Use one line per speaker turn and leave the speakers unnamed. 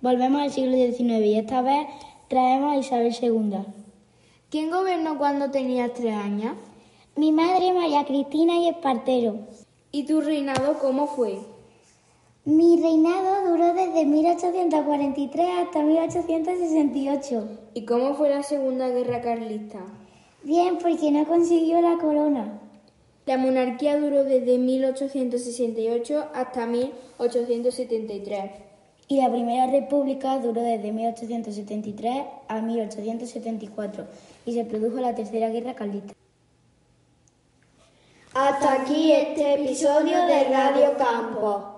Volvemos al siglo XIX y esta vez traemos a Isabel II.
¿Quién gobernó cuando tenías tres años?
Mi madre María Cristina y Espartero.
¿Y tu reinado cómo fue?
Mi reinado duró desde 1843 hasta 1868.
¿Y cómo fue la Segunda Guerra Carlista?
Bien, porque no consiguió la corona.
La monarquía duró desde 1868 hasta 1873.
Y la Primera República duró desde 1873 a 1874 y se produjo la Tercera Guerra Carlista.
Hasta aquí este episodio de Radio Campo.